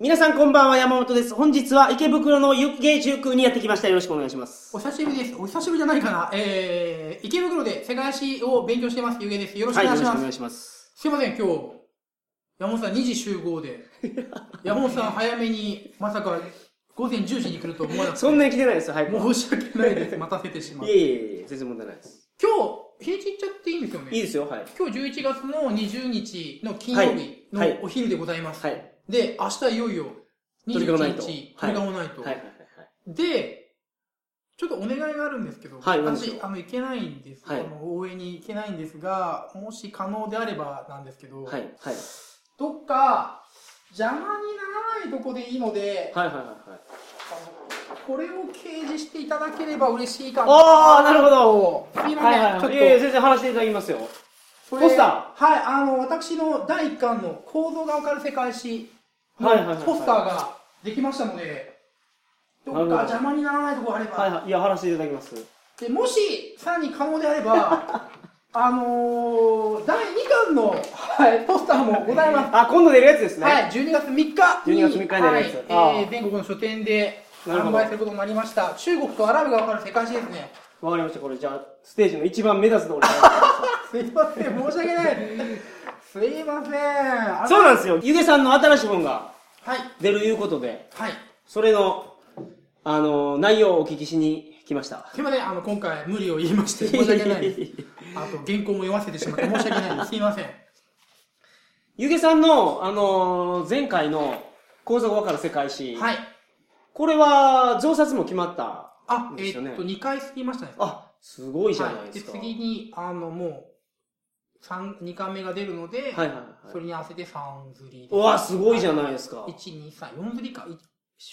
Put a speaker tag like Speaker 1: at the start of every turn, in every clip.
Speaker 1: 皆さんこんばんは、山本です。本日は池袋の雪芸中空にやってきました。よろしくお願いします。
Speaker 2: お久しぶりです。お久しぶりじゃないかな。えー、池袋で世界史を勉強してます。ゆうげです。よろしく
Speaker 1: は
Speaker 2: お
Speaker 1: い、よ
Speaker 2: 願
Speaker 1: ろ
Speaker 2: い
Speaker 1: し
Speaker 2: し
Speaker 1: くお願いしま
Speaker 2: ます。
Speaker 1: す。
Speaker 2: すいません、今日、山本さん2時集合 で、山本さん早めに、まさか午前10時に来ると思わなくて、
Speaker 1: そんなに来てないですよ、早く。
Speaker 2: 申し訳ないです。待たせてしまう。
Speaker 1: いえいえいえ、全然問題ないです。
Speaker 2: 今日、平日行っちゃっていいんですよ
Speaker 1: いい
Speaker 2: ね。
Speaker 1: ですよ、はい。
Speaker 2: 今日11月の20日の金曜日
Speaker 1: はいはい
Speaker 2: のお昼でございます。
Speaker 1: はい。
Speaker 2: で、明日いよいよ
Speaker 1: トリガーナイ
Speaker 2: 21
Speaker 1: ト
Speaker 2: 日、
Speaker 1: はい
Speaker 2: トリガーナイト。
Speaker 1: はい。
Speaker 2: で、ちょっとお願いがあるんですけど、
Speaker 1: はい何でしょう
Speaker 2: 私、あの、行けないんです、
Speaker 1: はい
Speaker 2: あの応援に行けないんですが、もし可能であればなんですけど、
Speaker 1: はい。はい。はい。
Speaker 2: どっか邪魔にならないとこでいいので、
Speaker 1: はい。はい。はい。
Speaker 2: あのこれを掲示していただければ嬉しいかな。
Speaker 1: あー、なるほど。
Speaker 2: すいません、
Speaker 1: はいはい
Speaker 2: ちょ
Speaker 1: は
Speaker 2: っ
Speaker 1: い。
Speaker 2: と
Speaker 1: いえいえ、全然話していただきますよ。
Speaker 2: こ
Speaker 1: ポスタ
Speaker 2: ーはい、あの、私の第1巻の構造がわかる世界史の
Speaker 1: はいはいはいはい
Speaker 2: ポスターができましたので、どっ
Speaker 1: なる
Speaker 2: か
Speaker 1: ほど
Speaker 2: 邪魔にならないとこあれば、
Speaker 1: はいはい。いや、話していただきます。
Speaker 2: でもしさらに可能であればあのー、第2巻の、はい、ポスターもございます、
Speaker 1: あ、今度出るやつですね。
Speaker 2: はい、12月3日に
Speaker 1: 12月3日になるやつ
Speaker 2: はいえ
Speaker 1: ああ
Speaker 2: ー、全国の書店で
Speaker 1: なるほ
Speaker 2: 販
Speaker 1: ど
Speaker 2: 売することになりました中国とアラブが分かる世界史ですね
Speaker 1: わかりました。これじゃあ、ステージの一番目立つところから。
Speaker 2: すいません申し訳ない すいませんあら
Speaker 1: そうなんですよ。ゆげさんの新しい本が
Speaker 2: はい
Speaker 1: 出るいうことで、
Speaker 2: はい
Speaker 1: それの、あの、内容をお聞きしに来ました。
Speaker 2: すいませんあの今回無理を言いまして申し訳ないですあと原稿も読ませてしまって申し訳ないですすいません
Speaker 1: ゆげさんの、あの、前回の、高速わかる世界史。
Speaker 2: はい
Speaker 1: これは、増刷も決まった。
Speaker 2: あ、
Speaker 1: ですよね
Speaker 2: えーっと2回過ぎましたね
Speaker 1: あ、すごいじゃないですか。
Speaker 2: はい、で次にあのもう三二巻目が出るので、
Speaker 1: はいはいはい
Speaker 2: それに合わせて三釣り
Speaker 1: うわ、すごいじゃないですか。はい
Speaker 2: 一二三四釣りかい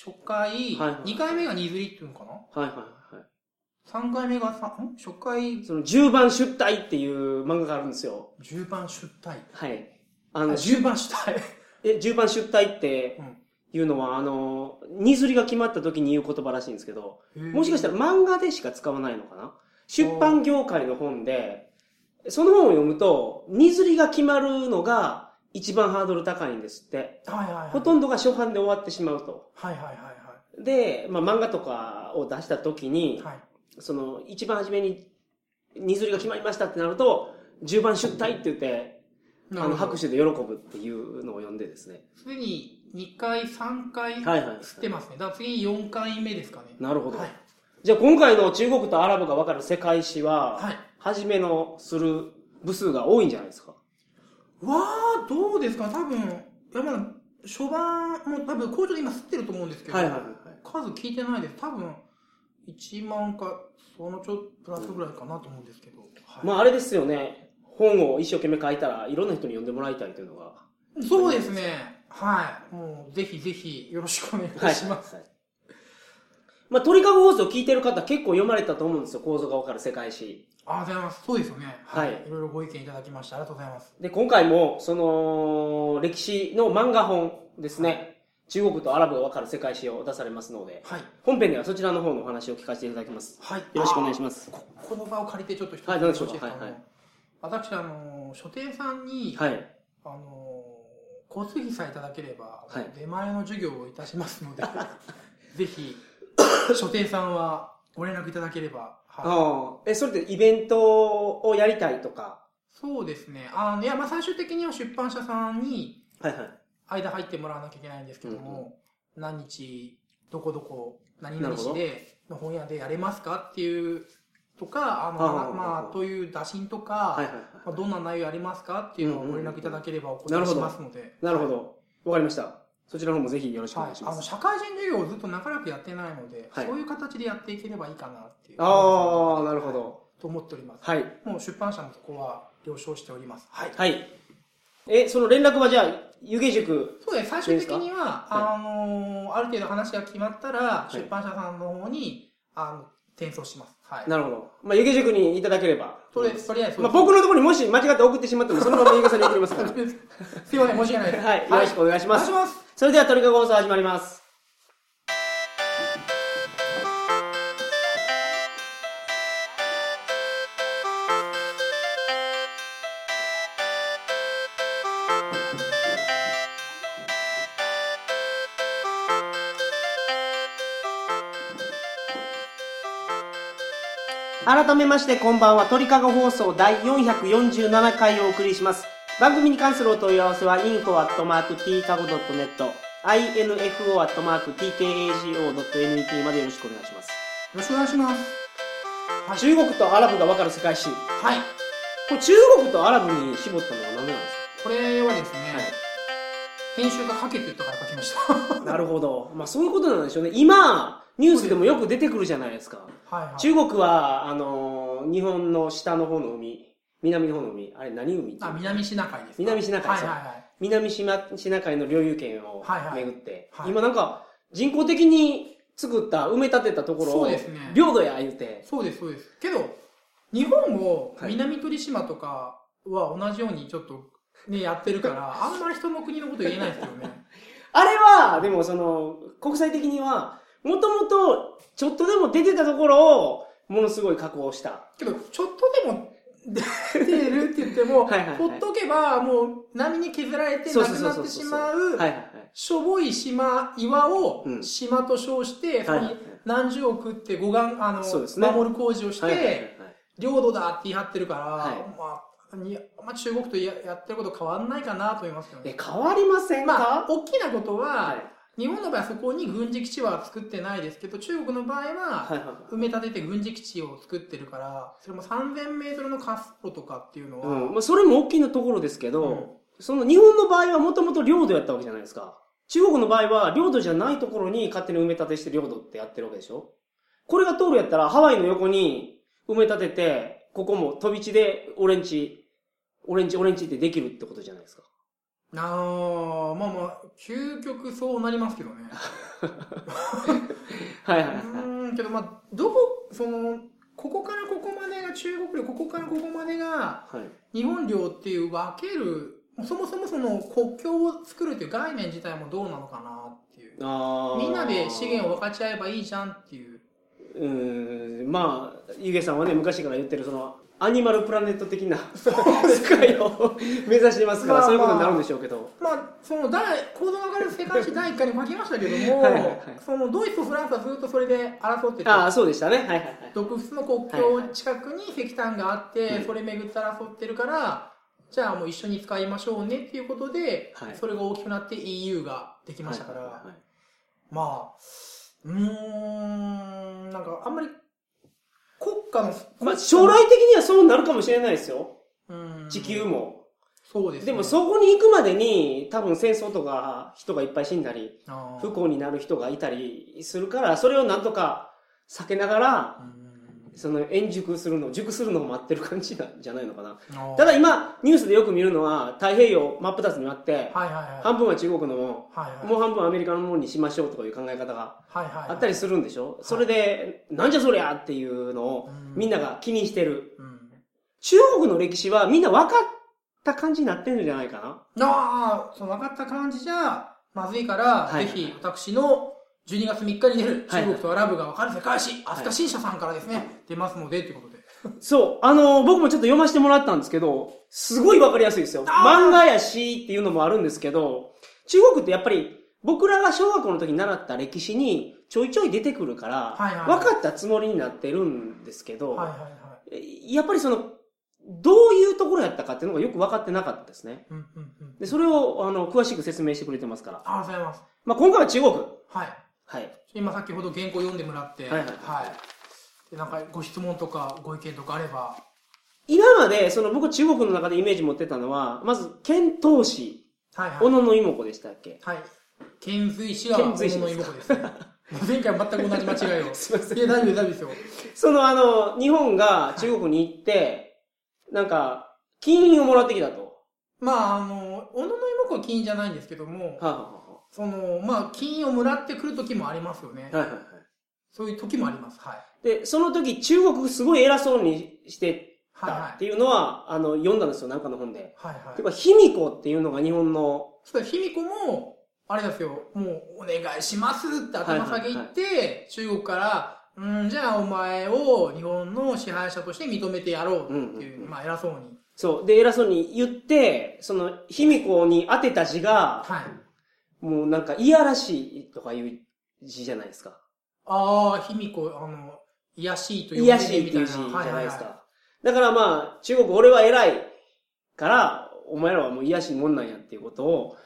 Speaker 2: 初回、
Speaker 1: はいはい
Speaker 2: 二回目が二釣りっていうのかな
Speaker 1: はいは
Speaker 2: 三回目が三ん初回
Speaker 1: い。その、10番出隊っていう漫画があるんですよ。
Speaker 2: 十番出退
Speaker 1: はい。あの、
Speaker 2: 十番出退
Speaker 1: え、10番出隊って
Speaker 2: うん
Speaker 1: いうのは、あの、荷刷りが決まった時に言う言葉らしいんですけど、もしかした
Speaker 2: ら
Speaker 1: ら漫画でしか使わないのかな出版業界の本で、その本を読むと、荷刷りが決まるのが一番ハードル高いんですって。
Speaker 2: はいはいはい
Speaker 1: ほとんどが初版で終わってしまうと。
Speaker 2: はいはいはい
Speaker 1: で、まあ漫画とかを出した時に
Speaker 2: はい、はい
Speaker 1: その一番初めに荷刷りが決まりましたってなると、10番出退って言って、あの拍
Speaker 2: 手
Speaker 1: 手で喜ぶっていうのを読んでですね。
Speaker 2: すでに二回三回
Speaker 1: はいはい。
Speaker 2: 吸ってますねだから次四回目ですかね
Speaker 1: なるほど。
Speaker 2: はい
Speaker 1: じゃあ今回の中国とアラブがわかる世界史は、
Speaker 2: はい
Speaker 1: 初めのする部数が多いんじゃないですか。
Speaker 2: わあどうですか多分いやまだ初版も多分工場で今吸ってると思うんですけど、
Speaker 1: はい。
Speaker 2: 数聞いてないです多分1万かそのちょっとプラスぐらいかなと思うんですけど、はい
Speaker 1: まああれですよね。本を一生懸命書いたらいろんな人に読んでもらいたいというのが。
Speaker 2: そうですねはいもうぜひぜひよろしくお願いします、
Speaker 1: はい。まあ鳥かご放送聞いてる方結構読まれたと思うんですよ。構造がわかる世界史。
Speaker 2: ありがとうございますそうですよね
Speaker 1: はい
Speaker 2: いろいろご意見いただきましてありがとうございます
Speaker 1: で、今回もその歴史の漫画本ですね。中国とアラブがわかる世界史を出されますので、
Speaker 2: はい
Speaker 1: 本編ではそちらの方のお話を聞かせていただきます。
Speaker 2: はいよ
Speaker 1: よろしくお願い
Speaker 2: し
Speaker 1: します。
Speaker 2: ますここの場を借りてちょっと一つ
Speaker 1: はい何でしょうか
Speaker 2: よろ
Speaker 1: はいはい
Speaker 2: 私あの書店さんに、
Speaker 1: はい。
Speaker 2: あのー、交通費さえいただければ、
Speaker 1: はい
Speaker 2: 出前の授業をいたします ので、ぜひ、書店さんはご連絡いただければ。はい
Speaker 1: ああ、え、それってイベントをやりたいとか。
Speaker 2: そうですね。あのいや、まあ、最終的には出版社さんに
Speaker 1: はいはい。
Speaker 2: 間入ってもらわなきゃいけないんですけども、何日、どこどこ、何
Speaker 1: なる
Speaker 2: 々
Speaker 1: ほ
Speaker 2: 市
Speaker 1: ど
Speaker 2: で、の本屋でやれますかっていう、とか、あの、
Speaker 1: ああ
Speaker 2: まあ、という打診とか、
Speaker 1: はいはいはい。
Speaker 2: まあ、どんな内容やりますかっていうのをご連絡いただければお答
Speaker 1: うんう
Speaker 2: え
Speaker 1: んうん
Speaker 2: しますので。
Speaker 1: なるほど。わかりました。そちらの方もぜひよろしくお
Speaker 2: は
Speaker 1: 願
Speaker 2: い
Speaker 1: いし、
Speaker 2: あ
Speaker 1: ま
Speaker 2: の
Speaker 1: す。
Speaker 2: 社会人授業をずっと長らくやってないので、
Speaker 1: はい
Speaker 2: そういう形でやっていければいいかなっていう
Speaker 1: ああ、なるほど。
Speaker 2: と思っております、
Speaker 1: はい。
Speaker 2: もう出版社のとこは了承しておりますはい、
Speaker 1: はい。え、その連絡はじゃあ、湯気塾。
Speaker 2: そうです最終的には、
Speaker 1: は
Speaker 2: あのーある程度話が決まったら、
Speaker 1: はい
Speaker 2: 出版社さんの方にあの転送しますはい
Speaker 1: なるほど。まあ、湯気塾にいただければ。
Speaker 2: とりあえずとりあえず、
Speaker 1: まあ、僕のところにもし間違って送ってしまっても、そのまま湯気さんに送ります から。
Speaker 2: すいません申し訳ないです
Speaker 1: はい。よろしくお願いし
Speaker 2: お
Speaker 1: ま
Speaker 2: 願
Speaker 1: す
Speaker 2: いし。ます
Speaker 1: それでは鳥かご放送始まります。改めましてこんばんは鳥かご放送第447回をお送りします番組に関するお問い合わせは info.tkago.net info.tkago.net までよろしくお願いします
Speaker 2: ろしくお願いします。
Speaker 1: 中国とアラブが分かる世界史こ
Speaker 2: はい。
Speaker 1: れ中国とアラブに絞ったのは何でなんです
Speaker 2: これはですね、
Speaker 1: はい
Speaker 2: 編集が書けって言ったから書きました。
Speaker 1: か なるほどまあそういうことなんでしょうね今ニュースでもよく出てくるじゃないですか
Speaker 2: はいはい。
Speaker 1: 中国はあのー日本の下の方の海南の方の海あれ何海っていう
Speaker 2: あ
Speaker 1: の、
Speaker 2: 南シナ海ですか。
Speaker 1: 南シナ海
Speaker 2: はい
Speaker 1: そ
Speaker 2: は
Speaker 1: う
Speaker 2: いはい。
Speaker 1: 南シナシナ海の領有権を
Speaker 2: はいはい
Speaker 1: 巡って、
Speaker 2: はい
Speaker 1: 今なんか人工的に作った、埋め立てたところを、
Speaker 2: そうですね
Speaker 1: 領土や言うて、
Speaker 2: そうです、そうです。けど、日本も
Speaker 1: はい
Speaker 2: 南鳥島とかは同じようにちょっとね、やってるから、あんまり人の国のこと言えないですよね。
Speaker 1: あれは、でもその、国際的には、もともとちょっとでも出てたところを、ものすごい加工した。
Speaker 2: けど、ちょっとでも出てるって言っても、
Speaker 1: はいはいはい
Speaker 2: ほっとけばもう波に削られて
Speaker 1: そう
Speaker 2: な
Speaker 1: そう
Speaker 2: く
Speaker 1: そう
Speaker 2: なっ
Speaker 1: そう
Speaker 2: てしまう
Speaker 1: はいはいはい。
Speaker 2: しょぼい島、岩を
Speaker 1: うん
Speaker 2: 島と称して、そ
Speaker 1: はい
Speaker 2: こ
Speaker 1: はいはい
Speaker 2: に何十億って護岸、あの、
Speaker 1: そうですね
Speaker 2: 守る工事をして、
Speaker 1: はいはいはい
Speaker 2: 領土だって言い張ってるから、
Speaker 1: はい
Speaker 2: まあにまあ、中国とややってること変わんないかなと思いますよね。
Speaker 1: え、変わりませんか、
Speaker 2: まあ、大きなことは、
Speaker 1: はい
Speaker 2: 日本の場合はそこに軍事基地は作ってないですけど、中国の場合
Speaker 1: は
Speaker 2: は、
Speaker 1: いはいはい
Speaker 2: 埋め立てて軍事基地を作ってるから、それも3000メートルの滑走とかっていうのは、
Speaker 1: うんまあ、それも大きなところですけど、
Speaker 2: うん
Speaker 1: その日本の場合はもともと領土やったわけじゃないですか。中国の場合は領土じゃないところに勝手に埋め立てして領土ってやってるわけでしょこれが通るやったらハワイの横に埋め立てて、ここも飛び地でオレンジ、オレンジ、オレンジってできるってことじゃないですか。
Speaker 2: あーまあまあ、究極そうなりますけどね。
Speaker 1: はいはいうはい。
Speaker 2: ーん、けどまあ、どこ、その、ここからここまでが中国領、ここからここまでが
Speaker 1: はい、
Speaker 2: 日本領っていう分ける、そもそもその国境を作るっていう概念自体もどうなのかなっていう。
Speaker 1: あー
Speaker 2: みんなで資源を分かち合えばいいじゃんっていう。
Speaker 1: うーん、まあ、ゆげさんはね、昔から言ってるその、アニマルプラネット的な 世界を目指してますから、
Speaker 2: まあまあ
Speaker 1: そういうことになるんでしょうけど。
Speaker 2: まあ、その第、行動が分かる世界史第一回に書きましたけども、
Speaker 1: はいはいはい
Speaker 2: そのドイツとフランスはずっとそれで争ってて、
Speaker 1: ああ、そうでしたね。はいはいはい。
Speaker 2: 独仏の国境近くに石炭があって、
Speaker 1: はいはい
Speaker 2: それ巡って争ってるから、じゃあもう一緒に使いましょうねっていうことで、
Speaker 1: はい
Speaker 2: それが大きくなって EU ができましたから、
Speaker 1: はいはいはい
Speaker 2: まあ、うーん、なんかあんまり国家の、
Speaker 1: まあ、将来的にはそうなるかもしれないですよ。
Speaker 2: うん
Speaker 1: 地球。も。
Speaker 2: そうです、ね。
Speaker 1: でもそこに行くまでに、多分戦争とか人がいっぱい死んだり、
Speaker 2: あー
Speaker 1: 不幸になる人がいたりするから、それをなんとか避けながら、
Speaker 2: うん
Speaker 1: その円熟するの、熟するのを待ってる感じなんじゃないのかな。
Speaker 2: あー
Speaker 1: ただ今、ニュースでよく見るのは、太平洋真っ二つに割って、
Speaker 2: はいはいはい。
Speaker 1: 半分は中国のも
Speaker 2: はいはい
Speaker 1: の、もう半分はアメリカのものにしましょうとかいう考え方が
Speaker 2: はいはいはい。
Speaker 1: あったりするんでしょそれで、なんじゃそりゃっていうのを
Speaker 2: う、
Speaker 1: みんなが気にしてる。
Speaker 2: うん
Speaker 1: 中国の歴史はみんな分かった感じになってるんじゃないかな
Speaker 2: ああ、その分かった感じじゃ、まずいから、
Speaker 1: はい
Speaker 2: ぜひ私の12月3日に出る
Speaker 1: はい
Speaker 2: 中国とアラブが分かる世界史、
Speaker 1: い
Speaker 2: 飛鳥新社さんからですね、出ますので、ということで。
Speaker 1: そう。あのー僕もちょっと読ませてもらったんですけど、すごい分かりやすいですよ。
Speaker 2: あー
Speaker 1: 漫画やしっていうのもあるんですけど、中国ってやっぱり僕らが小学校の時に習った歴史にちょいちょい出てくるから、
Speaker 2: はいはいはい
Speaker 1: 分かったつもりになってるんですけど、
Speaker 2: はいはいはい。
Speaker 1: やっぱりその、どういうところやったかっていうのがよく分かってなかったですね。
Speaker 2: うんうんうん。
Speaker 1: で、それを、あの、詳しく説明してくれてますから。
Speaker 2: ありがとうございます。
Speaker 1: まあ、今回は中国。
Speaker 2: はい。
Speaker 1: はい。
Speaker 2: 今先ほど原稿読んでもらって、
Speaker 1: はいはい
Speaker 2: でなんかご質問とかご意見とかあれば、
Speaker 1: 今まで、その僕中国の中でイメージ持ってたのは、まず、遣唐使、
Speaker 2: はいはい。
Speaker 1: 小野の妹子でしたっけ
Speaker 2: はい。遣隋使は
Speaker 1: 遣隋使
Speaker 2: 小野の妹子です ね。前回全く同じ間違いを。
Speaker 1: すいません
Speaker 2: いや、大丈夫です、大丈夫ですよ。
Speaker 1: そのあの、日本が中国に行って、なんか、金印をもらってきたと。
Speaker 2: まあ、あの、小野の妹子は金じゃないんですけども、
Speaker 1: は
Speaker 2: その、まあ、金をもらってくる時もありますよね
Speaker 1: い。はいはい。
Speaker 2: そういう時もあります。はい。
Speaker 1: で、その時中国すごい偉そうにして
Speaker 2: はい
Speaker 1: たっ
Speaker 2: はい。
Speaker 1: ていうのは、あの、読んだんですよ、なんかの本で。
Speaker 2: はいは
Speaker 1: て
Speaker 2: い。
Speaker 1: か、卑弥呼っていうのが日本の、
Speaker 2: そしたら、卑弥呼も、あれですよ、もう、お願いしますって頭下げ言って、中国から、うん、じゃあお前を日本の支配者として認めてやろうって
Speaker 1: う
Speaker 2: いう、
Speaker 1: んうんうん
Speaker 2: まあ、偉そうに。
Speaker 1: そう。で、偉そうに言って、その、卑弥呼に当てた字が、
Speaker 2: はい。
Speaker 1: もうなんか、いやらしいとかいう字じゃないですか。
Speaker 2: ああ、卑弥呼、あの、癒やしいと呼ん
Speaker 1: 癒
Speaker 2: で
Speaker 1: や
Speaker 2: ね
Speaker 1: しいっていう字じゃ
Speaker 2: みた
Speaker 1: ないです
Speaker 2: は
Speaker 1: か。だからまあ、中国俺は偉いから、お前らはもう癒やしいもんなんやっていうことを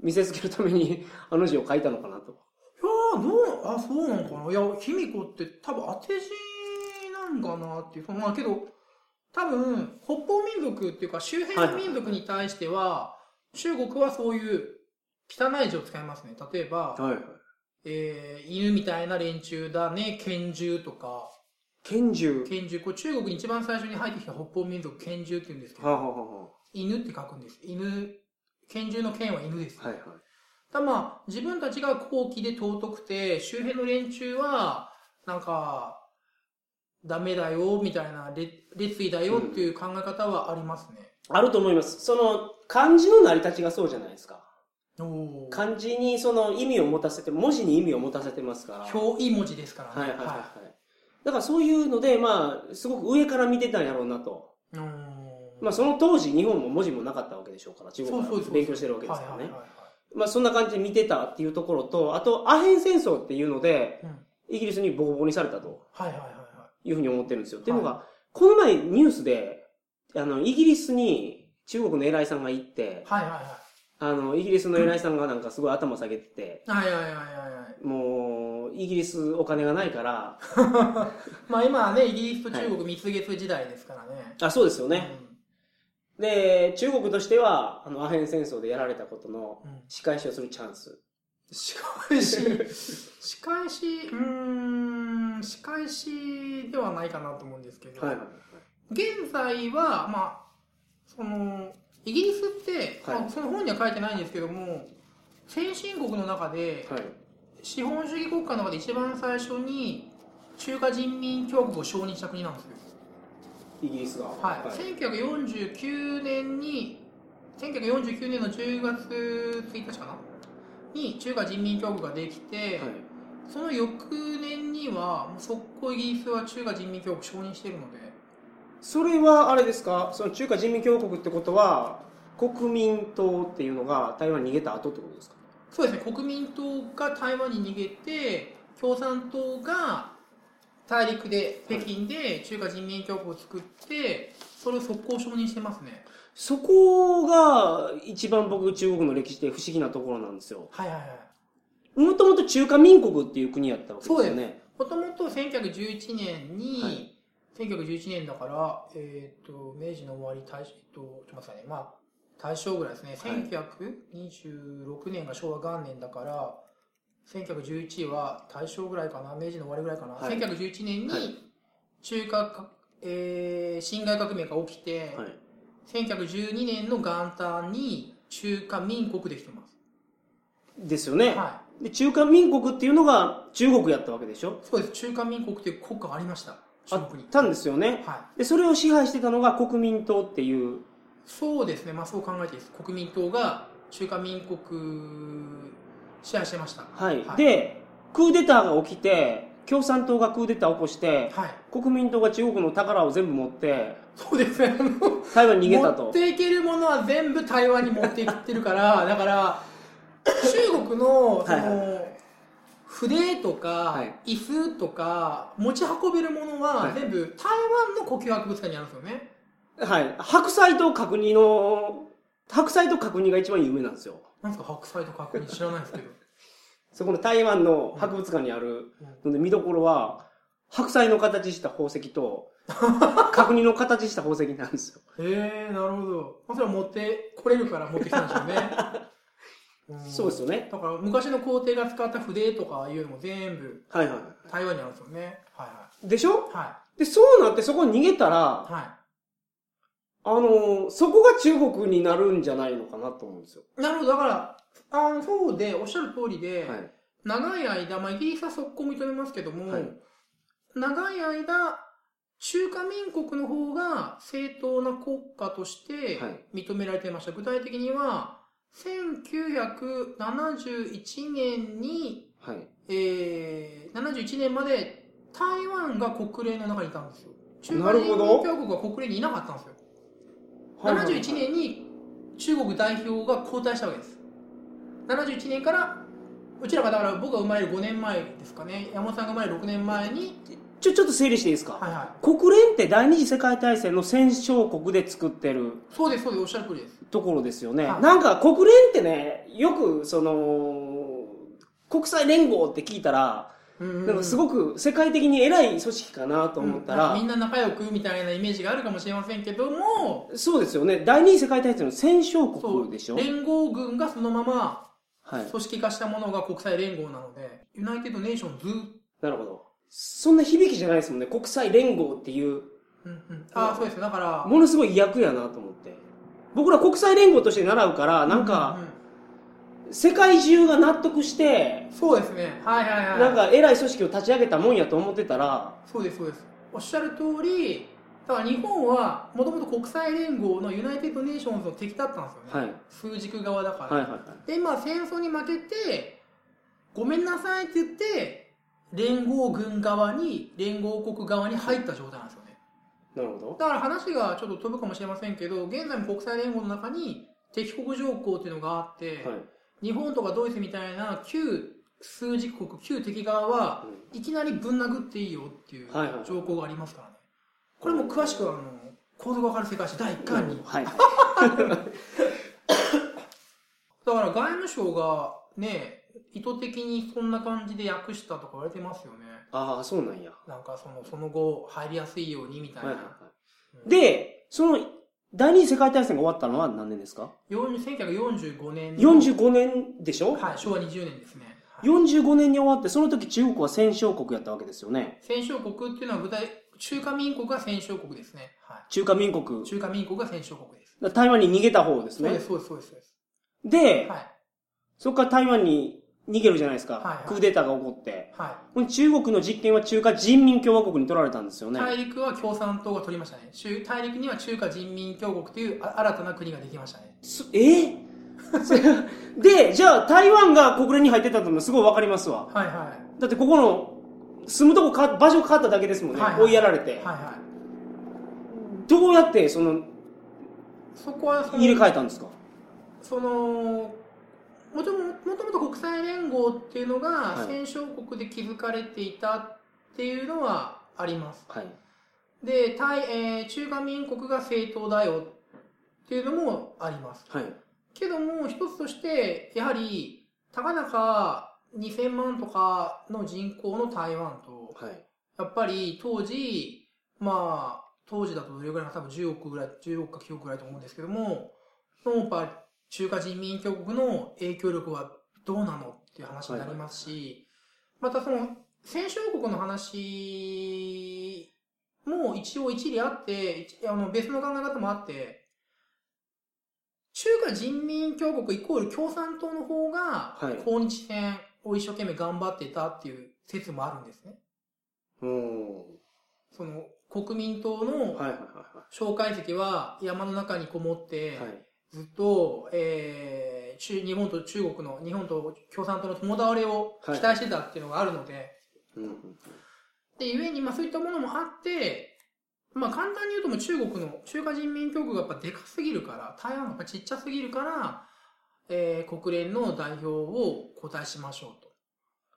Speaker 1: 見せつけるために あの字を書いたのかなと。
Speaker 2: いはい、いやー、どう、あ、そうなのかな。いや、卑弥呼って多分当て字なんかなっていう。そのまあけど、多分、北方民族っていうか周辺の民族に対しては、中国はそういう汚い字を使いますね。例えば、
Speaker 1: はい。
Speaker 2: えー、犬みたいな連中だね、拳銃とか、
Speaker 1: 拳銃。
Speaker 2: 拳銃、これ中国に一番最初に入ってきた北方民族拳銃って言うんですけ
Speaker 1: はあ、は
Speaker 2: ど、
Speaker 1: あは
Speaker 2: 犬って書くんです。犬、拳銃の剣は犬です。
Speaker 1: あ、はいはい。
Speaker 2: ただまあ、自分たちが高貴で尊くて、周辺の連中は、なんか、ダメだよ、みたいな、れ列位だよっていう考え方はありますね。
Speaker 1: あると思います。その、漢字の成り立ちがそうじゃないですか。
Speaker 2: おー。
Speaker 1: 漢字にその意味を持たせて、文字に意味を持たせてますから。
Speaker 2: 表意文字ですからね。
Speaker 1: はいはいはいはい。だからそういうので、まあ、すごく上から見てたんやろうなと。
Speaker 2: うーん
Speaker 1: まあその当時日本も文字もなかったわけでしょうから、中
Speaker 2: そう
Speaker 1: 国
Speaker 2: そうそう
Speaker 1: が
Speaker 2: そう
Speaker 1: 勉強してるわけですから
Speaker 2: はいはい
Speaker 1: ね
Speaker 2: は。いはい
Speaker 1: まあそんな感じで見てたっていうところと、あとアヘン戦争っていうので、
Speaker 2: うん
Speaker 1: イギリスにボコボコにされたと
Speaker 2: はいはいはいは
Speaker 1: いうふうに思ってるんですよ。っていうのが、この前ニュースで、あの、イギリスに中国の偉いさんが行って
Speaker 2: い。、はいはいはい。
Speaker 1: あの、イギリスの偉いさんがなんかすごい頭下げてて、
Speaker 2: はいはいはいは いはい。
Speaker 1: もう、イギリスお金がないから、
Speaker 2: まあ今はね、イギリスと中国蜜月時代ですからね。
Speaker 1: あ、そうですよね。で、中国としては、あの、アヘン戦争でやられたことの
Speaker 2: うん。うん
Speaker 1: 仕返しをするチャンス。
Speaker 2: 仕返し、仕返し、 うーん、仕返しではないかなと思うんですけど、現在は、まあ、その、イギリスって、
Speaker 1: はい
Speaker 2: まあその本には書いてないんですけども、先進国の中で、
Speaker 1: はい。
Speaker 2: 資本主義国家の中で一番最初に、中華人民共和国を承認した国なんですよ。
Speaker 1: イギリスが。
Speaker 2: はい、1949年に1949年の10月1日かなに中華人民共和国ができて、
Speaker 1: はい
Speaker 2: その翌年にはもう速攻イギリスは中華人民共和国承認しているので
Speaker 1: それはあれですかその中華人民共和国ってことは、国民党っていうのが台湾に逃げた後ってことですか
Speaker 2: そうですね国民党が台湾に逃げて共産党が大陸で北京で中華人民共和国を作ってそれを速攻承認してますね
Speaker 1: そこが一番僕中国の歴史で不思議なところなんですよ。
Speaker 2: はいはいはい
Speaker 1: もともと中華民国っていう国やったわけですよ
Speaker 2: そう
Speaker 1: ね。
Speaker 2: もともと1911年に、
Speaker 1: はい
Speaker 2: 1911年だから、えっ、と、明治の終わり、大正、えっと、ちょっと待ってくださいね。まあ、大正ぐらいですね。
Speaker 1: はい
Speaker 2: 1926年が昭和元年だから、1911は大正ぐらいかな、明治の終わりぐらいかな。
Speaker 1: はい
Speaker 2: 1911年
Speaker 1: は
Speaker 2: に、中華か、えー、辛亥革命が起きて、
Speaker 1: はい。
Speaker 2: 1912年の元旦に中華民国できてます。
Speaker 1: ですよね、
Speaker 2: は
Speaker 1: で。中華民国っていうのが中国やったわけでしょ
Speaker 2: い。そうです。中華民国という国家がありました。
Speaker 1: あ
Speaker 2: 中国に。
Speaker 1: ったんですよね。
Speaker 2: はい。
Speaker 1: で、それを支配してたのが国民党っていう、
Speaker 2: そうですね、まあ、そう考えていいです。国民党が中華民国支配してました。
Speaker 1: はい。
Speaker 2: はい
Speaker 1: で、クーデターが起きて、共産党がクーデターを起こして、
Speaker 2: はい。
Speaker 1: 国民党が中国の宝を全部持って、
Speaker 2: そうですね、あの
Speaker 1: 台湾に逃げた
Speaker 2: 持っ
Speaker 1: と。
Speaker 2: ていけるものは全部台湾に持っていってるから、 だから、中国の、そ
Speaker 1: はいはい
Speaker 2: の、筆とか
Speaker 1: は、
Speaker 2: 椅子とか、持ち運べるもの
Speaker 1: は
Speaker 2: はい全部台湾の故宮博物館にあるんですよね。
Speaker 1: はい。白菜と角煮の、白菜と角煮が一番有名なんですよ。
Speaker 2: なんですか、白菜とか確認知らないですけど。
Speaker 1: そこの台湾の博物館にあるので見どころは、白菜の形した宝石 と、角煮の形した宝石なんですよ。
Speaker 2: へえー、なるほど。まあ、それは持ってこれるから持ってきたんでし ょうね。ん
Speaker 1: そうですよね。
Speaker 2: だから昔の皇帝が使った筆とかいうのも全部
Speaker 1: はいは
Speaker 2: 台湾にあるんですよね。はい
Speaker 1: い。でしょ
Speaker 2: はい。は
Speaker 1: で、そうなってそこに逃げたら、
Speaker 2: い。は
Speaker 1: あの、そこが中国になるんじゃないのかなと思うんですよ。
Speaker 2: い。なるほど。だから、あの、そうで、おっしゃる通りで、
Speaker 1: はい。
Speaker 2: 長い間、まあ、イギリスは速攻認めますけども、
Speaker 1: はい
Speaker 2: 長い間、中華民国の方が正当な国家として
Speaker 1: はい
Speaker 2: 認められていました。具体的には、1971年に、
Speaker 1: はい。
Speaker 2: えー、71年まで台湾が国連の中にいたんですよ。中
Speaker 1: な
Speaker 2: 華
Speaker 1: る
Speaker 2: 人
Speaker 1: ほ
Speaker 2: 民
Speaker 1: ど
Speaker 2: 共和国が国連にいなかったんですよ。71年に中国代表が交代したわけです。71年から、うちらがだから僕が生まれる5年前ですかね、山本さんが生まれる6年前に
Speaker 1: ちょ、ちょっと整理していいですか、
Speaker 2: はいは
Speaker 1: 国連って第二次世界大戦の戦勝国で作ってる
Speaker 2: い。そうです、そうです、おっしゃる通りです。
Speaker 1: ところですよね。
Speaker 2: はい
Speaker 1: なんか国連ってね、よくその、国際連合って聞いたら、
Speaker 2: うん
Speaker 1: なんかすごく世界的に偉い組織かなと思ったら、
Speaker 2: うんみんな仲良くみたいなイメージがあるかもしれませんけども、
Speaker 1: そうですよね。第二次世界大戦の戦勝
Speaker 2: そ
Speaker 1: 国
Speaker 2: う
Speaker 1: でしょ
Speaker 2: 連合軍がそのまま
Speaker 1: はい。
Speaker 2: 組織化したものが国際連合なので、ユナイテッド・ネーションズ、
Speaker 1: なるほど。そんな響きじゃないですもんね。国際連合っていう、
Speaker 2: うんうん、ああ、そうです、だから、
Speaker 1: ものすごい役やなと思って。僕ら国際連合として習うから、なん
Speaker 2: う
Speaker 1: か、
Speaker 2: う
Speaker 1: 世界中が納得して、
Speaker 2: そうですね、はいはいはい。
Speaker 1: なんか偉い組織を立ち上げたもんやと思ってたら、
Speaker 2: そうです、そうです。おっしゃる通り、だから日本はもともと国際連合のユナイテッド・ネーションズの敵だったんですよね。
Speaker 1: はい。
Speaker 2: 数軸側だから。
Speaker 1: はいはいはい。
Speaker 2: で、まあ戦争に負けて、ごめんなさいって言って、連合軍側に、連合国側に入った状態なんですよね。
Speaker 1: なるほど。
Speaker 2: だから話がちょっと飛ぶかもしれませんけど、現在も国際連合の中に敵国条項っていうのがあって、
Speaker 1: はい。
Speaker 2: 日本とかドイツみたいな旧数軸国、旧敵側は、いきなりぶん殴っていいよっていう
Speaker 1: はいはい
Speaker 2: 条項がありますからね。これも詳しくはあの、構造がわかる世界史第1回に。
Speaker 1: はい。
Speaker 2: だから外務省がね、意図的にそんな感じで訳したとか言われてますよね。
Speaker 1: ああ、そうなんや。
Speaker 2: なんかその、その後入りやすいようにみたい
Speaker 1: はいはいは
Speaker 2: な。
Speaker 1: い。で、その、第二次世界大戦が終わったのは何年ですか
Speaker 2: 40 1945年の
Speaker 1: ?45 年でしょ
Speaker 2: はい、昭和20年ですね。はい
Speaker 1: 45年に終わって、その時中国は戦勝国やったわけですよね。
Speaker 2: 戦勝国っていうのは具体、中華民国が戦勝国ですね。は
Speaker 1: 中華民
Speaker 2: い。
Speaker 1: 国。
Speaker 2: 中華民国が戦勝国です。
Speaker 1: 台湾に逃げた方です
Speaker 2: そうで
Speaker 1: ね。
Speaker 2: す、そうです、そうですそうです。
Speaker 1: で、
Speaker 2: はい。
Speaker 1: そこから台湾に逃げるじゃないですか。
Speaker 2: はいはい
Speaker 1: クーデターが起こって。
Speaker 2: は
Speaker 1: この中国の実権は中華人民共和国に取られたんですよ
Speaker 2: い。
Speaker 1: ね。
Speaker 2: 大陸は共産党が取りましたね。中大陸には中華人民共和国というあ新たな国ができましたね。
Speaker 1: すえ ーそれで、じゃあ台湾が国連に入ってたともすごいわかりますわ。
Speaker 2: はいはい。
Speaker 1: だってここの、住むとこか、場所変わっただけですもんね。
Speaker 2: はいはい
Speaker 1: 追いやられて、
Speaker 2: はいはい。
Speaker 1: どうやって、その、
Speaker 2: そこはその
Speaker 1: 入れ替えたんですか
Speaker 2: そのもとももともと国際連合っていうの
Speaker 1: は
Speaker 2: が
Speaker 1: い
Speaker 2: 戦勝国で築かれていたっていうのはあります、
Speaker 1: はい。
Speaker 2: で対、えー中華民国が正当だよっていうのもあります
Speaker 1: はい。
Speaker 2: けども一つとしてやはりたかだか2000万とかの人口の台湾と
Speaker 1: はい。
Speaker 2: やっぱり当時まあ当時だとどれぐらいか多分10億ぐらい10億か9億ぐらいと思うんですけどももうやっぱ中華人民共和国の影響力はどうなのっていう話になりますし、またその戦勝国の話も一応一理あって一あの別の考え方もあって中華人民共和国イコール共産党の方が
Speaker 1: はい
Speaker 2: 抗日戦を一生懸命頑張ってたっていう説もあるんですね。
Speaker 1: うーん。
Speaker 2: その国民党
Speaker 1: は
Speaker 2: の
Speaker 1: いはいは
Speaker 2: 蒋介石は山の中にこもって、
Speaker 1: いはい。はい。
Speaker 2: ずっと、えー中日本と中国の日本と共産党の共倒れを期待してたっていうのがあるので、
Speaker 1: うんうん
Speaker 2: でゆえに、まあ、そういったものもあって、まあ、簡単に言うともう中国の中華人民共和国がやっぱでかすぎるから台湾がやっぱちっちゃすぎるから、えー国連の代表を交代しましょうと。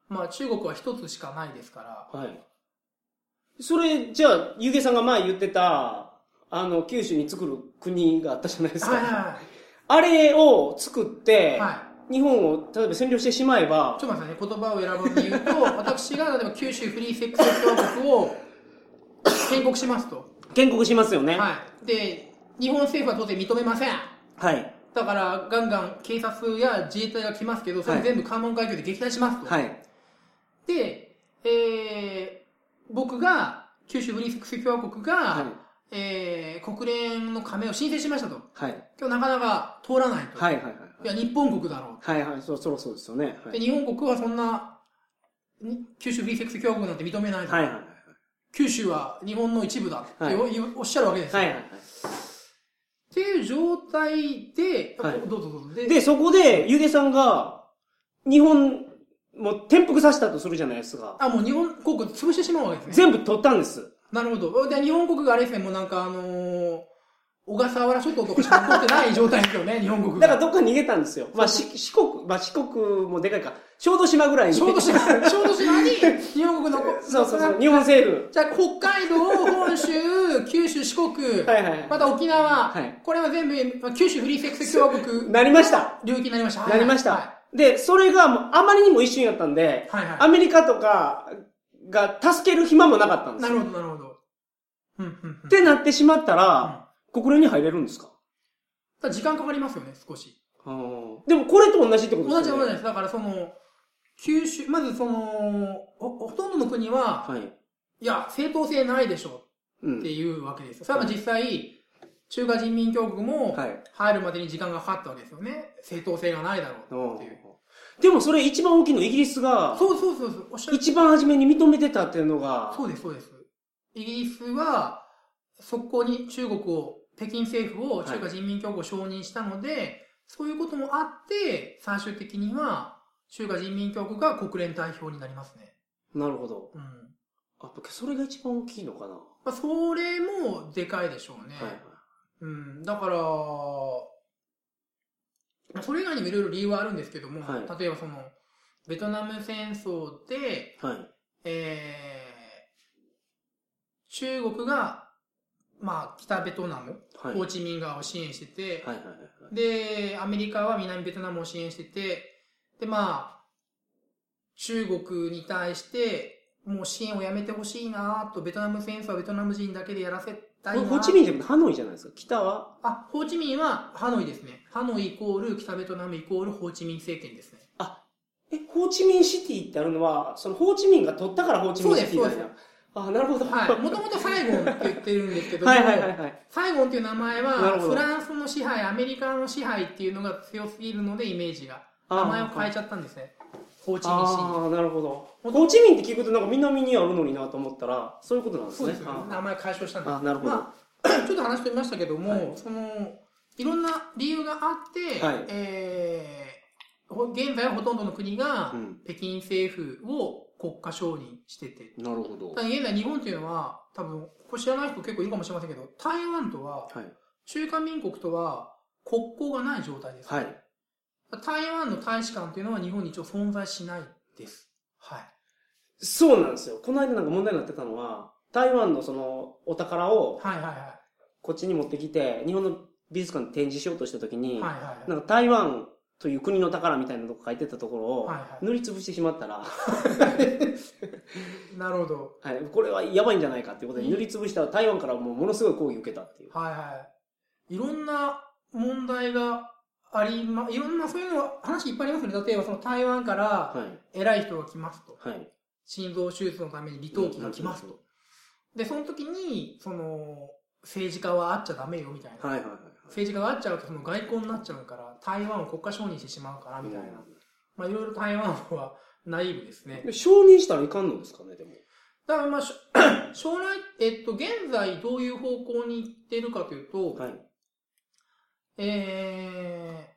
Speaker 2: まあ、中国は一つしかないですから、
Speaker 1: うんはい。それ、じゃあ、ゆげさんが前言ってた、あの、九州に作る国があったじゃないですか。
Speaker 2: はいは
Speaker 1: あれを作っ
Speaker 2: いは
Speaker 1: て、
Speaker 2: い。はい
Speaker 1: 日本を例えば占領してしまえば、
Speaker 2: ちょっと待ってくださいね、言葉を選ばずに言うと、私が例えば九州フリーセックス共和国を建国しますと。
Speaker 1: 建国しますよね。
Speaker 2: はい。で、日本政府は当然認めません。
Speaker 1: はい。
Speaker 2: だから、ガンガン警察や自衛隊が来ますけど、それ全部関門海峡で撃退しますと。
Speaker 1: はい。
Speaker 2: で、えー、僕が、九州フリーセックス共和国が、
Speaker 1: はい。
Speaker 2: えー、国連の加盟を申請しましたと。
Speaker 1: はい。
Speaker 2: 今日なかなか通らないと。。
Speaker 1: はいい。はい。
Speaker 2: いや、日本国だろう
Speaker 1: はい。はい。そそろそうですよね。は
Speaker 2: で、
Speaker 1: い。
Speaker 2: 日本国はそんな、に九州フリーセックス共和国なんて認めないと。
Speaker 1: はい。はい。はい。
Speaker 2: 九州は日本の一部だって
Speaker 1: はい
Speaker 2: お,、っしゃるわけですよ、
Speaker 1: はい
Speaker 2: っ
Speaker 1: は
Speaker 2: ていう状態で、あ
Speaker 1: はい
Speaker 2: どうぞどうぞ。で
Speaker 1: い。で、そこで、ゆげさんが、日本、もう転覆させたとするじゃないですか。
Speaker 2: あ、もう日本国潰してしまうわけです
Speaker 1: 全
Speaker 2: ね。
Speaker 1: 部取ったんです。
Speaker 2: なるほど。で、日本国があれですね、もうなんかあのー小笠原諸島とかしか残ってない状態です よね、日本国
Speaker 1: だか
Speaker 2: が。
Speaker 1: らどっか逃げたんですよ。まあ、
Speaker 2: そ
Speaker 1: し四国、まあ四国もでかいか。小豆島ぐらいに。
Speaker 2: 小 豆島、小豆島に日本国残
Speaker 1: そうそうそう。日本政府。
Speaker 2: じゃあ、北海道、本州、九州、四国、
Speaker 1: はいはいはい
Speaker 2: また沖縄、
Speaker 1: はい
Speaker 2: これは全部、まあ九州フリーセックス共和国
Speaker 1: なりました。
Speaker 2: 領域になりました。
Speaker 1: なりまし
Speaker 2: は
Speaker 1: た。で、それがもうあまりにも一瞬やったんで、
Speaker 2: いはい。はいは
Speaker 1: アメリカとかが助ける暇もなかったんで
Speaker 2: いな
Speaker 1: す
Speaker 2: る
Speaker 1: よ。
Speaker 2: ほど、なるほど。うん、うん、うん。
Speaker 1: ってなってしまったら、国連に入れるんですか
Speaker 2: ただ時間かかりますよね、少し。
Speaker 1: でもこれと同じってこと
Speaker 2: 同
Speaker 1: です
Speaker 2: じ
Speaker 1: よ
Speaker 2: 同
Speaker 1: ね。
Speaker 2: じです。だから、その、九州、まずその、ほほとんどの国は、
Speaker 1: はい。
Speaker 2: いや、正当性ないでしょ
Speaker 1: う
Speaker 2: っ
Speaker 1: ん
Speaker 2: て。いうわけですよ。それは実際、中華人民共和国も
Speaker 1: はい
Speaker 2: 入るまでに時間がかかったわけですよね。正当性がないだろうっていう。
Speaker 1: でもそれ一番大きいのイギリスが、
Speaker 2: そうそうそうそう。おっしゃる
Speaker 1: 一番初めに認めてたっていうのが、
Speaker 2: そうです、そうです。イギリスは、速攻に中国を、北京政府を
Speaker 1: い
Speaker 2: 中華人民共和国を承認したので、そういうこともあって、最終的には、中華人民共和国が国連代表になりますね。
Speaker 1: なるほど。
Speaker 2: うん。
Speaker 1: あそれが一番大きいのかな。は
Speaker 2: まあ、それもでかいでしょうね。
Speaker 1: い。
Speaker 2: うん。だから、まあそれ以外にもいろいろ理由はあるんですけども、
Speaker 1: はい
Speaker 2: 例えばその、ベトナム戦争で、
Speaker 1: はい。
Speaker 2: えー中国が、まあ、北ベトナム、
Speaker 1: はい。
Speaker 2: ホーチミン側を支援してて、
Speaker 1: はいはいはい。
Speaker 2: で、アメリカは南ベトナムを支援してて、で、まあ、中国に対して、もう支援をやめてほしいなと、ベトナム戦争はベトナム人だけでやらせたいな
Speaker 1: ホーチミンじゃなくてハノイじゃないですか。北は
Speaker 2: あ、ホーチミンはハノイですね。ハノイイコール北ベトナムイコールホーチミン政権ですね。
Speaker 1: え、ホーチミンシティってあるのは、そのホーチミンが取ったからホーチミンシティなん
Speaker 2: そうで
Speaker 1: や。あ、なるほど。
Speaker 2: はい。もともとサイゴンって言ってるんですけども
Speaker 1: はいはいはいはい。
Speaker 2: サイゴンっていう名前
Speaker 1: な
Speaker 2: は
Speaker 1: るほど
Speaker 2: フランスの支配アメリカの支配っていうのが強すぎるのでイメージが名前を変えちゃったんですねホーチミンシティ
Speaker 1: ああ、なるほど。ホーチミンって聞くとなんか南にあるのになと思ったら、そういうことなんです
Speaker 2: そう
Speaker 1: ね。
Speaker 2: ですよ
Speaker 1: あ
Speaker 2: 名前解消したんです
Speaker 1: あなるほど
Speaker 2: まあ、 ちょっと話してみましたけども、
Speaker 1: はい
Speaker 2: そのいろんな理由があって、
Speaker 1: はい
Speaker 2: えーほ現在はほとんどの国が
Speaker 1: うん
Speaker 2: 北京政府を国家承認してて、
Speaker 1: なるほど。
Speaker 2: ただ現在日本っていうのは多分これ知らない人結構いるかもしれませんけど台湾とは
Speaker 1: はい。
Speaker 2: 中華民国とは国交がない状態です、
Speaker 1: はい。
Speaker 2: 台湾の大使館というのは日本に一応存在しないです。はい。
Speaker 1: そうなんですよ。この間なんか問題になってたのは、台湾のそのお宝を
Speaker 2: はいはいは
Speaker 1: こっちに持ってきて、日本の美術館に展示しようとした時
Speaker 2: い。
Speaker 1: に、
Speaker 2: はいはい
Speaker 1: なんか台湾という国の宝みたいなとこ書いてたところを
Speaker 2: はいは、い
Speaker 1: 塗りつぶしてしまったら、
Speaker 2: はい。なるほど。
Speaker 1: はい、これはやばいんじゃないかっていうことで、塗りつぶしたら台湾からもうものすごい抗議を受けたっていう。
Speaker 2: はいはい。いろんな問題がありま、いろんなそういうのは話いっぱいありますよね。例えばその台湾から
Speaker 1: はい。
Speaker 2: 偉い人が来ますと。
Speaker 1: はい。
Speaker 2: 心臓手術のために離島期が来ます
Speaker 1: うん
Speaker 2: と。で、その時に、その、政治家は会っちゃダメよみたいな。
Speaker 1: はいはいはい。
Speaker 2: 政治家が会っちゃうとその外交になっちゃうから、台湾を国家承認してしまうからみたいな。まあいろいろ台湾はナイーブですね。
Speaker 1: で承認したらいかんのですかね、でも。
Speaker 2: だからまあ、しょ 将来、えっと、現在どういう方向に行ってるかというと、
Speaker 1: はい。
Speaker 2: え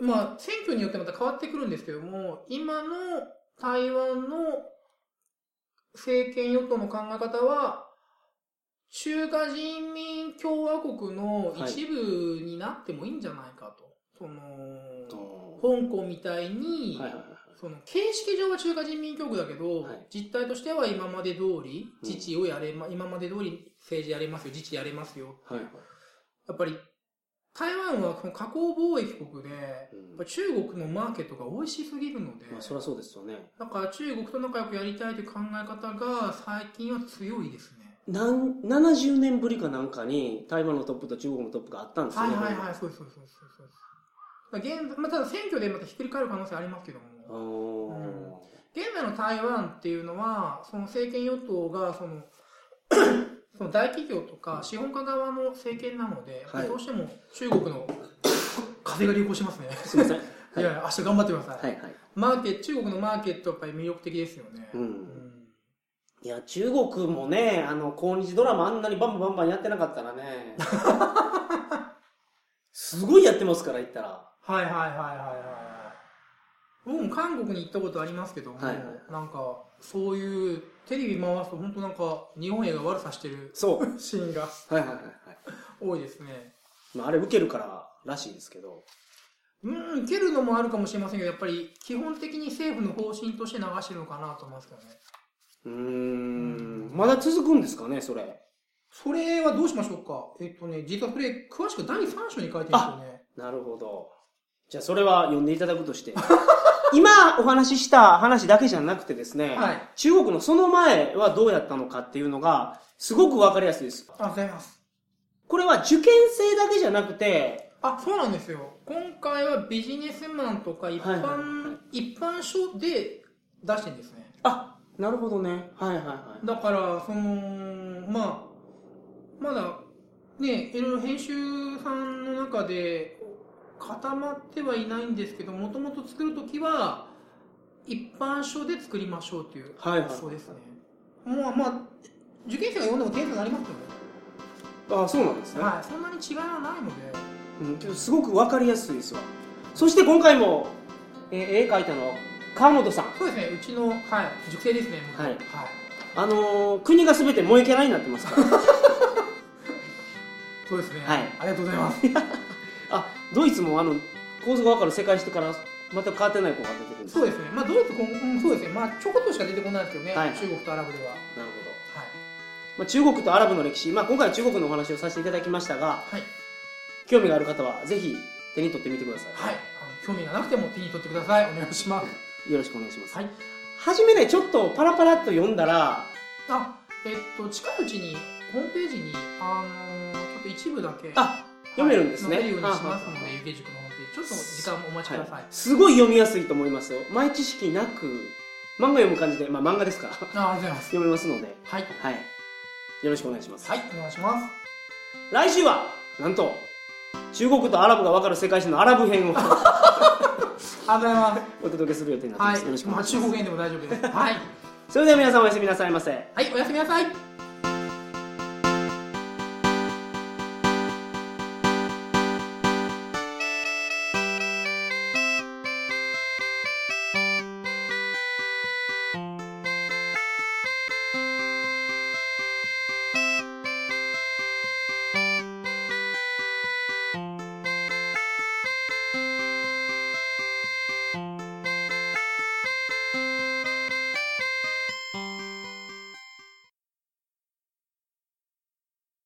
Speaker 2: ー、まあ、選挙によってまた変わってくるんですけども、今の台湾の政権与党の考え方は、中華人民共和国の一部になってもいいんじゃないかと。
Speaker 1: は
Speaker 2: その、香港みたいに、
Speaker 1: いはいはい。
Speaker 2: その形式上は中華人民共和国だけど、
Speaker 1: はい
Speaker 2: 実態としては今まで通り
Speaker 1: うん
Speaker 2: 自治をやれ、ま今まで通り政治やれますよ自治やれますよ
Speaker 1: はいはい。
Speaker 2: やっぱり台湾はその加工貿易国で、やっ
Speaker 1: うん
Speaker 2: ぱ中国のマーケットが美味しすぎるので、
Speaker 1: まあ、そりゃそうですよね。
Speaker 2: だから中国と仲良くやりたいという考え方が最近は強いですね。
Speaker 1: なん、70年ぶりかなんかに、台湾のトップと中国のトップがあったんですよ
Speaker 2: はい
Speaker 1: ね。
Speaker 2: はいはい、そうですそうですそうですそうです。だから現在まあ、ただ選挙でまたひっくり返る可能性ありますけども。
Speaker 1: あー
Speaker 2: 現在の台湾っていうのは、その政権与党がその その大企業とか資本家側の政権なので、
Speaker 1: はい
Speaker 2: どうしても中国の 風が流行しますね。
Speaker 1: すいません。
Speaker 2: いやいや、明日頑張ってください。
Speaker 1: はいはい。
Speaker 2: マーケット、中国のマーケットやっぱり魅力的ですよね。
Speaker 1: うん
Speaker 2: うん
Speaker 1: いや、中国もね、あの、抗日ドラマあんなにバンバンバンバンやってなかったら ね。すごいやってますから、言ったら。
Speaker 2: はいはいはいはいはい。僕も韓国に行ったことありますけども、
Speaker 1: はいはい
Speaker 2: なんかそういうテレビ回すと本当なんか日本映画悪さしてる
Speaker 1: そう。
Speaker 2: シーンが
Speaker 1: はいはいはいはい。
Speaker 2: 多いですね。
Speaker 1: まあ、あれ受けるかららしいですけど。
Speaker 2: うん、蹴るのもあるかもしれませんけど、やっぱり基本的に政府の方針として流してるのかなと思いますけどね。
Speaker 1: うーん。まだ続くんですかね、それ。
Speaker 2: それはどうしましょうかえっとね、実はそれ、詳しく第3章に書いてるんですよね。
Speaker 1: なるほど。じゃあ、それは読んでいただくとして。今お話しした話だけじゃなくてですね、
Speaker 2: はい
Speaker 1: 中国のその前はどうやったのかっていうのが、すごくわかりやすいです。
Speaker 2: あ、ございます。
Speaker 1: これは受験生だけじゃなくて、
Speaker 2: あ、そうなんですよ。今回はビジネスマンとか一般、
Speaker 1: はいはいは
Speaker 2: 一般書で出してるんですね。
Speaker 1: あ、なるほどね。はいはいはい。
Speaker 2: だから、その、まあ、まだ、ね、いろいろ編集さんの中で固まってはいないんですけど、もともと作るときは、一般書で作りましょうという
Speaker 1: はいはい。
Speaker 2: そうですね。もうまあ、受験生が読んでも点数になりますよね。
Speaker 1: あ、そうなんですね。
Speaker 2: はい、そんなに違いはないので。
Speaker 1: うん、けどすごくわかりやすいですわ。そして今回も、えー絵描いたのは川本さん。
Speaker 2: そうですね、うちの、はい、塾生ですね。
Speaker 1: はい
Speaker 2: はい。
Speaker 1: あのー国が全て萌えキャラになってますから。
Speaker 2: そうですね。
Speaker 1: はい
Speaker 2: ありがとうございます。
Speaker 1: あ、ドイツもあの、構図がわかる世界史から全く変わってない子が出てくるんです
Speaker 2: そうですね。まあ、ドイツ、こんうんそうですね。まあ、ちょこっとしか出てこないですけどね。
Speaker 1: はい
Speaker 2: 中国とアラブでは。はい。
Speaker 1: なるほど。まあ、中国とアラブの歴史、まあ、今回は中国のお話をさせていただきましたが、
Speaker 2: はい。
Speaker 1: 興味がある方はぜひ手に取ってみてください。
Speaker 2: はい。あの興味がなくても手に取ってください。お願いします。
Speaker 1: よろしくお願いします。
Speaker 2: はい。
Speaker 1: 初めね、ちょっとパラパラっと読んだら、
Speaker 2: あ、えっと、近いうちに、ホームページに、あのーちょっと一部だけ。
Speaker 1: あ、読めるんですね
Speaker 2: はい載せるようにしますの
Speaker 1: はあはあはあ
Speaker 2: で、ゆけ塾のホームページ。ちょっと時間をお待ちください。
Speaker 1: すごい読みやすいと思いますよ。前知識なく、漫画読む感じで、まあ漫画ですから、
Speaker 2: あありがとうございます。
Speaker 1: 読めますので、
Speaker 2: はい。
Speaker 1: はい。よろしくお願いします。
Speaker 2: はい、お願いします。
Speaker 1: 来週は、なんと、中国とアラブが分かる世界史のアラブ編を
Speaker 2: ありがとうございま。
Speaker 1: お届けする予定になってますす。よろしくお
Speaker 2: ま
Speaker 1: 願
Speaker 2: あ、
Speaker 1: いし
Speaker 2: 中
Speaker 1: ま
Speaker 2: 国
Speaker 1: す。
Speaker 2: 言でも大丈夫です。はい。
Speaker 1: それでは皆さんおやすみなさいませ。
Speaker 2: はい、おやすみなさい。